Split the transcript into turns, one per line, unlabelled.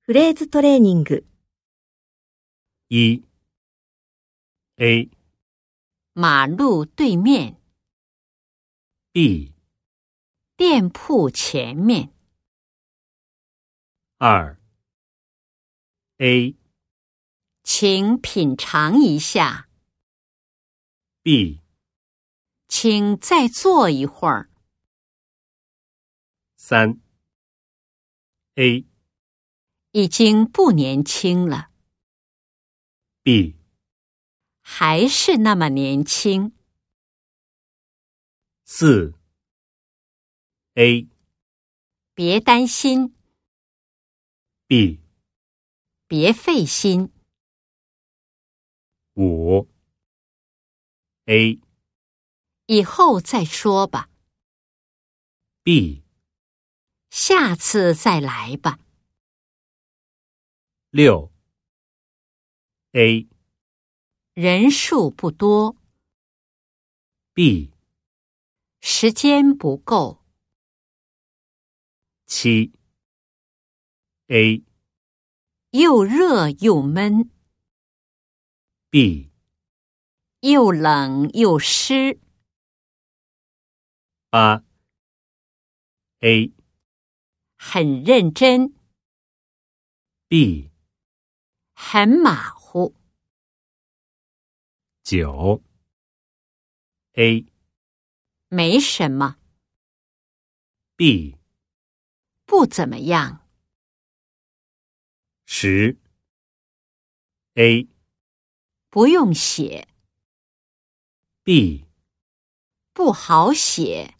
フレーズトレーニング
一 A
马路对面，
B
店铺前面，
二 A
请品尝一下，
B
请再坐一会儿。
三 A
已经不年轻了，
B
还是那么年轻。
四 A
别担心，
B
别费心，
五 A
以后再说吧，
B
下次再来吧。
六 A
人数不多，
B
时间不够，
七 A
又热又闷，
B
又冷又湿。
八 A
很认真，
B
很马虎，
九 A
没什么，
B
不怎么样，
十 A
不用写，
B
不好写，